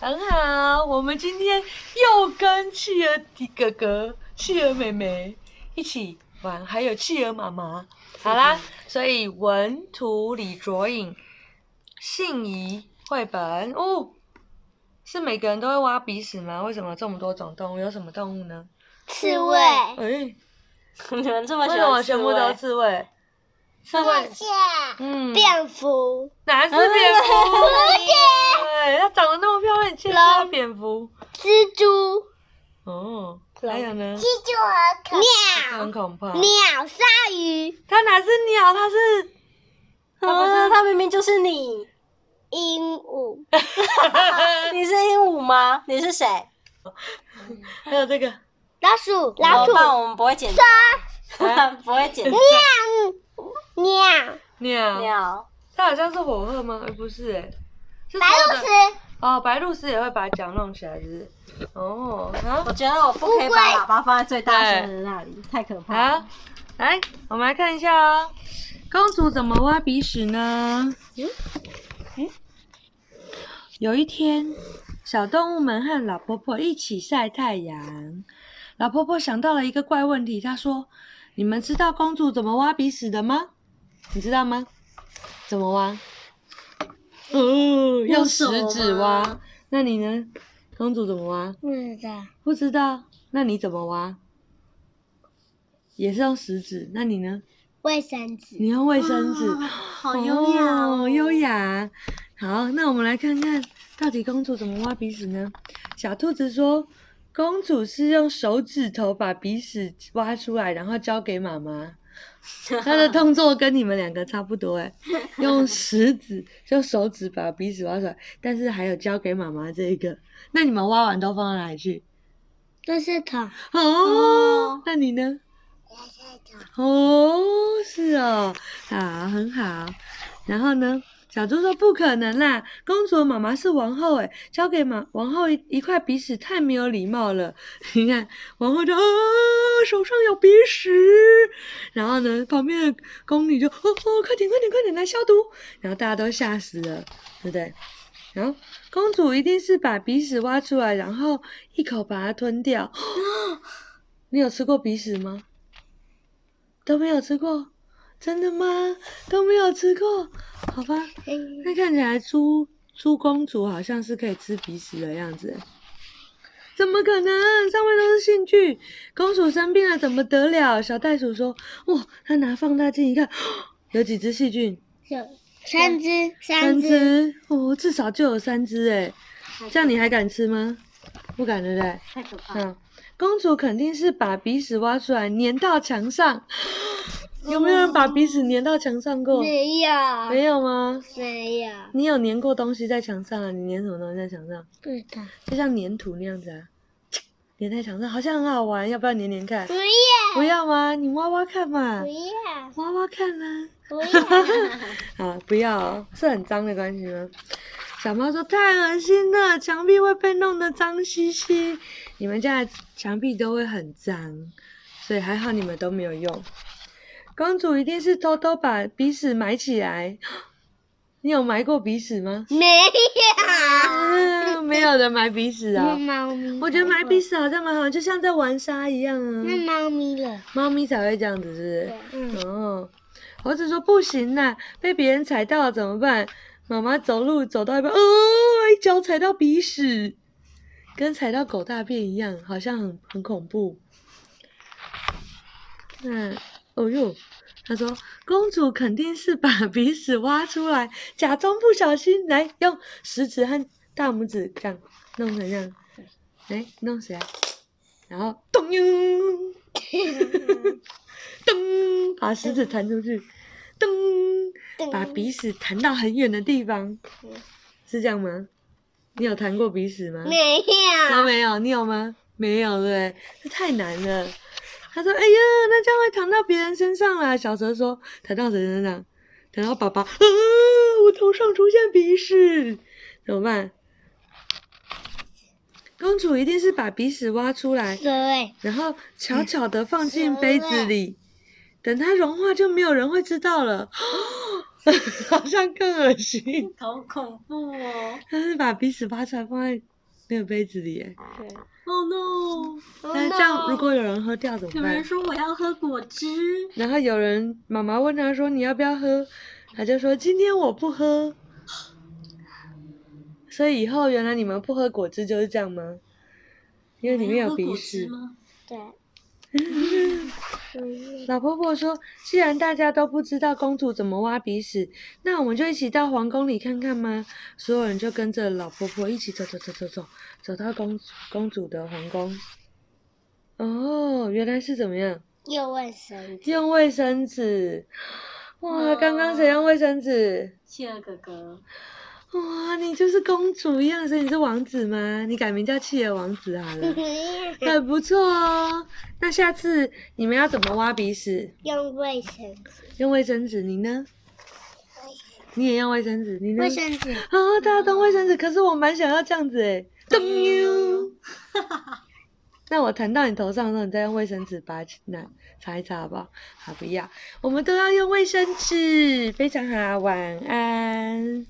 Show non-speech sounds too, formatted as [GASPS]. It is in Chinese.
很好，我们今天又跟企鹅弟哥哥、企鹅妹妹一起玩，还有企鹅妈妈。[LAUGHS] 好啦，所以文图李卓颖信宜绘本哦，是每个人都会挖鼻屎吗？为什么这么多种动物？有什么动物呢？刺猬猬、哎、你们这么为喜什么欢全刺部都猬？刺猬？刺猬，嗯，蝙蝠、哪是蝙蝠？蝴对，它长得那么漂亮，你竟然叫它蝙蝠？蝶、蜘蛛、哦，还有呢？很鸟、恐怕。鸟、鲨鱼、它哪是鸟？它是它不啊，是他明明就是 [LAUGHS] 你，鹦鹉、你是鹦鹉吗？你是谁？还有这个，老鼠、老怎鼠、么办我们不会 [LAUGHS] 剪，不会 [LAUGHS] 剪鸟、 [LAUGHS] 鸟，鸟。它好像是火鹤吗？哎，不是，哎，是白它鹭的鸶、哦，白鹭鸶也会把脚弄起来，是不是？哦，我好，觉得我不可以把喇叭放在最大声的那里，太可怕了好。，来，我们来看一下哦，公主怎么挖鼻屎呢？嗯有一天，小动物们和老婆婆一起晒太阳。老婆婆想到了一个怪问题，她说：“你们知道公主怎么挖鼻屎的吗？你知道吗？怎么挖？哦，用食指挖。那你呢？公主怎么挖？不知道，不知道。那你怎么挖？也是用食指。那你呢？卫生纸、你用卫生纸。哇啊好优雅哦哦，优 [LAUGHS] 雅。好，那我们来看看到底公主怎么挖鼻屎呢？小兔子说，公主是用手指头把鼻屎挖出来，然后交给 [LAUGHS] 妈妈。她的动作跟你们两个差不多哎，用食指、用手指把鼻屎挖出来，但是还有交给妈妈这一个。那你们挖完都放到哪里去？垃圾桶、哦哦，那你呢？垃圾桶、哦，是哦，好，很好。然后呢，小猪说不可能啦，公主的妈妈是王后诶，交给马王后一一块鼻屎太没有礼貌了。 [LAUGHS] 你看，王后就啊手上有鼻屎，然后呢，旁边的宫女就哦哦，快点快点快点来消毒，然后大家都吓死了，对不对？然后公主一定是把鼻屎挖出来，然后一口把它吞掉。 [GASPS] 你有吃过鼻屎吗？都没有吃过，真的吗？都没有吃过，好吧。那看起来猪猪公主好像是可以吃鼻屎的样子。怎么可能？上面都是兴趣。公主生病了怎么得了？小袋鼠说：“哇，她拿放大镜一看，有几只细菌？有三只、三三只，只，哦，至少就有三只哎。这样你还敢吃吗？不敢，对不对？太可啊怕了！嗯，公主肯定是把鼻屎挖出来粘到墙上。有没有人把鼻屎粘到墙上过？没没有，啊有吗？没有，你有粘过东西在墙上啊？你粘什么东西在墙上？不知道，就像粘土那样子啊，粘在墙上好像很好玩，要不要粘粘看不？要，不要吗？你挖挖看嘛不，要，挖挖看啊啦、不要，啊，不要、哦，是很脏的关系吗？小猫说太恶心了，墙壁会被弄得脏兮兮。你们家的墙壁都会很脏，所以还好你们都没有用。公主一定是偷偷把鼻屎埋起来。 [GASPS] 你有埋过鼻屎吗？没有。啊，没有人埋鼻屎啊、那猫咪，我觉得埋鼻屎好像蛮好，就像在玩沙一样啊。那猫咪了，猫咪才会这样子，是不嗯，是？哦，猴子说不行啦，被别人踩到了怎么办？妈妈走路走到一半，哦，一脚踩到鼻屎，跟踩到狗大便一样，好像很很恐怖。那，哦哟，他说公主肯定是把鼻屎挖出来，假装不小心来用食指和大拇指这样弄成这样，来弄起来，然后咚哟。噔，把石子弹出去，噔，把鼻屎弹到很远的地方，是这样吗？你有啊弹过鼻屎吗？没都有，没有，你有吗？没有，对不对？这太难了。他说：“哎呀，那这样会弹到别人身上啦。”小蛇说：“弹到谁身上？弹到爸爸。啊，我头上出现鼻屎，怎么办？”公主一定是把鼻屎挖出来，对，然后嗯悄悄地放进杯子里，等它融化就没有人会知道了。 [GASPS] 好像更恶心， [LAUGHS] 好恐怖哦！哦但是把鼻屎挖出来放在没有杯子里耶。对 Oh no！那这样如果有人喝掉怎有么办人？说我要喝果汁，然后有人妈妈问他说你要不要喝，他就说今天我不喝。所以以后原来你们不喝果汁就是这样吗？因为里面有有人喝鼻果屎汁。吗？对，老婆婆说：“既然大家都不知道公主怎么挖鼻屎，那我们就一起到皇宫里看看吗？”所有人就跟着老婆婆一起走走走走走，走到公公主的皇宫。哦，原来是怎么样？又问神子，用卫生纸。哇，哦刚刚谁用卫生纸？企鹅哥哥，哇，你就是公主一样，所以你是王子吗？你改名叫企鹅王子 [LAUGHS] 好了，很不错哦。那下次你们要怎么挖鼻屎？用卫生纸，用卫生纸，你呢？你也用卫生纸，你呢？卫生纸，啊，大家都卫生纸，可是我蛮想要这样子哎。噔呦！ [LAUGHS] 那我弹到你头上的时候，你再用卫生纸把它拿擦一擦，好不好？好，不要，我们都要用卫生纸，非常好，晚安。